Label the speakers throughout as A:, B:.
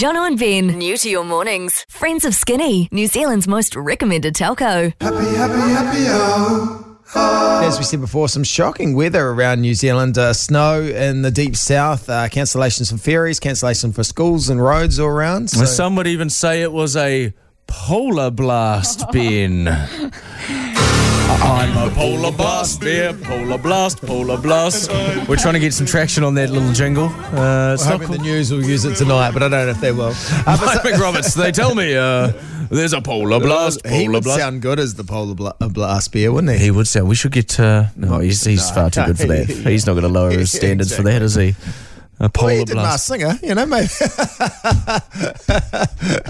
A: Jono and Ben.
B: New to your mornings.
A: Friends of Skinny, New Zealand's most recommended telco.
C: Happy, happy, happy, oh.
D: As we said before, some shocking weather around New Zealand. Uh, snow in the deep south, uh, cancellations for ferries, cancellation for schools and roads all around. So,
E: Some would even say it was a polar blast, Ben. I'm a polar blast, yeah, polar blast, polar blast. We're trying to get some traction on that little jingle. Uh, it's
D: I'm
E: not
D: hoping the news will use it tonight, but I don't know if they will. Uh,
E: Mike McRoberts, they tell me uh, there's a polar blast,
D: he
E: polar
D: would
E: blast.
D: sound good as the polar bla- uh, blast beer, wouldn't he?
E: he would sound. We should get. Uh, no, he's, he's far too good for that. He's not going to lower his
D: Yeah,
E: standards for that, is he? A
D: Well,
E: polar
D: he did Masked Singer,
E: blast.
D: you know, maybe.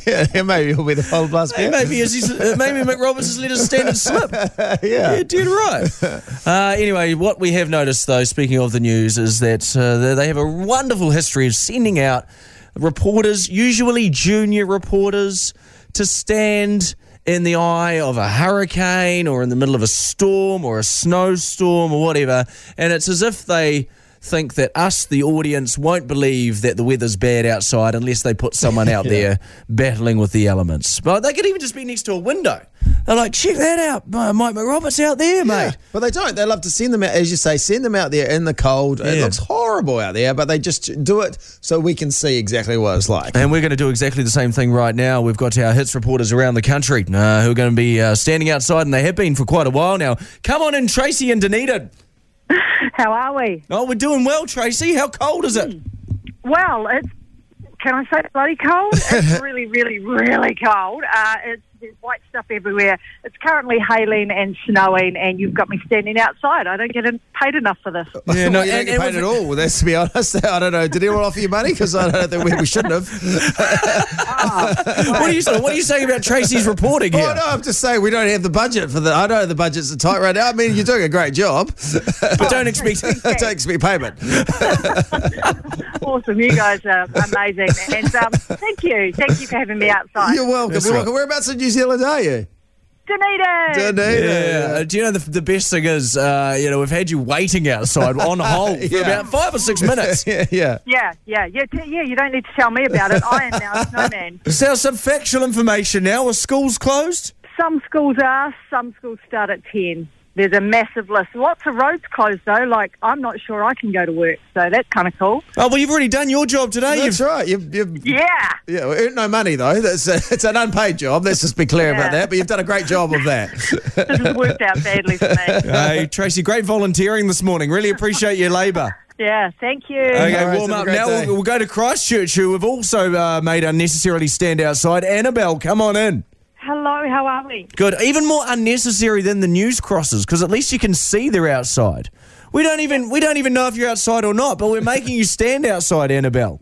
D: yeah, yeah, maybe he'll be the polar blast
E: Hey,
D: beer.
E: maybe it's his, uh, maybe McRoberts has let his standards slip.
D: yeah.
E: Yeah, dude, right. Uh, anyway, what we have noticed, though, speaking of the news, is that uh, they- they have a wonderful history of sending out reporters, usually junior reporters, to stand in the eye of a hurricane or in the middle of a storm or a snowstorm or whatever. And it's as if they. Think that us, the audience, won't believe that the weather's bad outside unless they put someone out there battling with the elements. But they could even just be next to a window. They're like, check that out, uh, Mike McRoberts out there, mate.
D: But they don't. They love to send them out, as you say, send them out there in the cold. It
E: Yeah.
D: looks horrible out there, but they just do it so we can see exactly what it's like.
E: And we're going to do exactly the same thing right now. We've got our hits reporters around the country uh, who are going to be uh, standing outside, and they have been for quite a while now. Come on in, Tracy and Dunedin.
F: How are we?
E: Oh, we're doing well, Tracy. How cold is
D: Hmm.
E: it?
F: Well, it's can I say bloody cold? It's really, really, really cold. Uh, it's there's white stuff everywhere. It's currently hailing and snowing, and you've got me standing outside. I don't get en- paid enough for this.
E: Yeah, no,
D: Well, you don't
E: and- and
D: get paid
E: we've-
D: at all. Well, that's to be honest. I don't know. Did anyone offer you money? Because I don't think we, we shouldn't have.
E: What are you saying? What are you saying about Tracy's reporting
D: Oh
E: here?
D: no, I'm just saying we don't have the budget for the. I know the budgets are tight right now. I mean, you're doing a great job.
E: But don't expect.
D: it takes me payment.
F: awesome, you guys are amazing, and um, thank you, thank you for having me outside.
D: You're welcome.
E: That's
D: You're
E: right.
D: welcome. Whereabouts in New Zealand are you?
F: Dunedin.
D: Dunedin.
E: Yeah. Uh, Do you know the, the best thing is, uh, you know, we've had you waiting outside on hold for
D: Yeah.
E: about five or six minutes.
D: Yeah, yeah.
F: Yeah, yeah, yeah, t- yeah. You don't need to tell me about it. I am now a snowman.
E: So some factual information now. Are schools closed?
F: Some schools are, some schools start at 10. There's a massive list. Lots of roads closed, though. Like, I'm not sure I can go to work, so that's kind of cool.
E: Oh well, you've already done your job today.
D: That's
E: You've
D: right. You've, you've,
F: Yeah.
D: Yeah, well, earned no money though. That's a, it's an unpaid job. Let's just be clear about
F: Yeah.
D: that. But you've done a great job of that.
F: This has worked out badly for me.
E: Hey, Tracy, great volunteering this morning. Really appreciate your labour.
F: Yeah, thank you.
E: Okay,
D: All right,
E: warm
D: have a
E: up.
D: great
E: Now
D: day.
E: we'll, we'll go to Christchurch, who have also uh, made unnecessarily stand outside. Annabelle, come on in.
F: Hello, how are we?
E: Good. Even more unnecessary than the news crosses, because at least you can see they're outside. We don't even we don't even know if you're outside or not, but we're making you stand outside, Annabelle.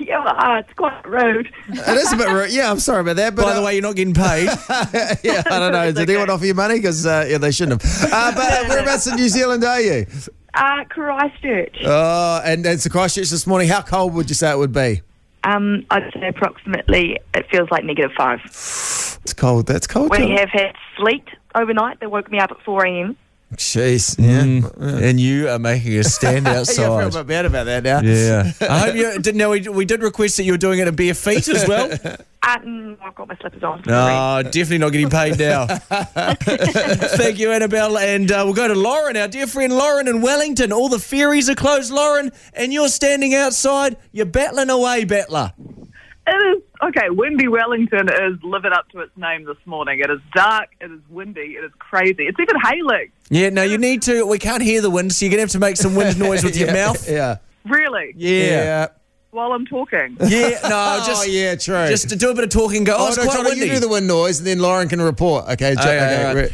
F: yeah, oh, it's quite rude.
D: it is a bit rude. Yeah, I'm sorry about that. But
E: By the
D: uh,
E: way, you're not getting paid.
D: yeah, I don't know. Did anyone offer you money? Because uh, yeah, they shouldn't have. Uh, but uh, whereabouts in New Zealand are you?
G: Uh, Christchurch.
D: Oh, and it's Christchurch this morning. How cold would you say it would be?
G: Um, I'd say approximately it feels like negative five.
D: It's cold. That's cold.
G: We
D: too.
G: have had sleet overnight that woke me up at 4 a.m.
D: Jeez. Yeah.
E: and you are making us stand
D: Yeah, I feel a bit
E: outside.
D: bad about that now.
E: yeah. I hope you did now we, we did request that you were doing it in bare feet as well.
G: Uh, mm, I've got my slippers on. Sorry.
E: No, definitely not getting paid now. Thank you, Annabelle. And uh, we'll go to Lauren, our dear friend Lauren in Wellington. All the ferries are closed, Lauren, and you're standing outside. You're battling away, battler.
H: It is okay. Windy Wellington is living up to its name this morning. It is dark. It is windy. It is crazy. It's even hailing.
E: Yeah, no, you need to. We can't hear the wind, so you're going to have to make some wind noise with your
D: Yeah,
E: mouth.
D: Yeah.
H: Really?
E: Yeah.
H: While I'm talking.
E: Yeah. no,
D: oh,
E: just,
D: yeah, true.
E: just to do a bit of talking, go, oh,
D: oh,
E: it's
D: no,
E: quite
D: Johnny,
E: windy.
D: you do the wind noise and then Lauren can report. Okay, Jo-
E: Okay,
D: okay,
E: alright.
D: great.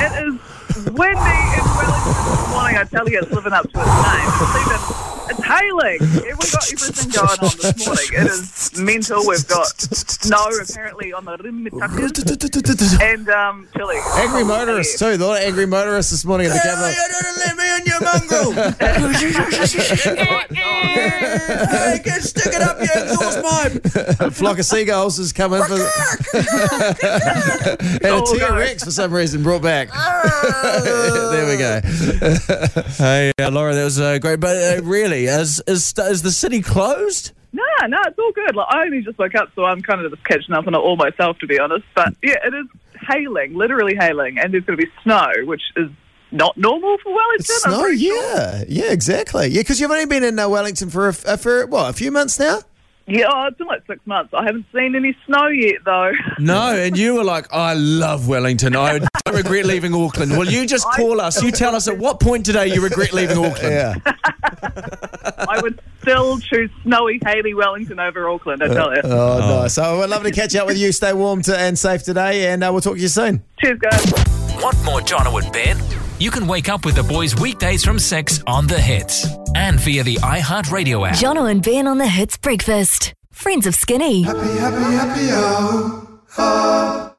H: It is windy in Wellington this morning. I tell you, it's living up to its name. It's even. It's hailing. Yeah, We've got everything going on this morning. It is mental. We've got snow apparently on the Rimitaku and um, Chile.
D: Angry motorists, too. The lot of angry motorists this morning at the
E: Yeah,
D: capital.
E: you don't let me in, you mongrel. hey, get stick it up your exhaust pipe.
D: A flock of seagulls has come in for. and a
H: Oh,
D: T
H: no.
D: Rex for some reason brought back. there we go.
E: Hey, uh, Laura, that was uh, great. But uh, really, is, is is the city closed?
H: No, Ah, no, no, it's all good. Like, I only just woke up, so I'm kind of just catching up on it all myself, to be honest. But yeah, it is hailing, literally hailing, and there's going to be snow, which is not normal for Wellington.
D: It's
H: I'm
D: snow,
H: pretty sure.
D: yeah, yeah, exactly, yeah. Because you've only been in uh, Wellington for a, f- uh, for what a few months now.
H: Yeah, oh, it's been like six months. I haven't seen any snow yet, though.
E: No, and you were like, I love Wellington. I don't regret leaving Auckland. Well, you just call us. You tell us at what point today you regret leaving Auckland.
D: Yeah,
H: I would still choose snowy, hazy Wellington over Auckland, I tell you.
D: oh, nice. So we'd love to catch up with you. Stay warm to, and safe today, and uh, we'll talk to you soon.
H: Cheers, guys.
B: Want more Jono and Ben? You can wake up with the boys weekdays from 6 on The Hits and via the iHeartRadio app.
A: Jono and Ben on the Hits Breakfast. Friends of Skinny.
C: Happy, happy, happy, oh, oh.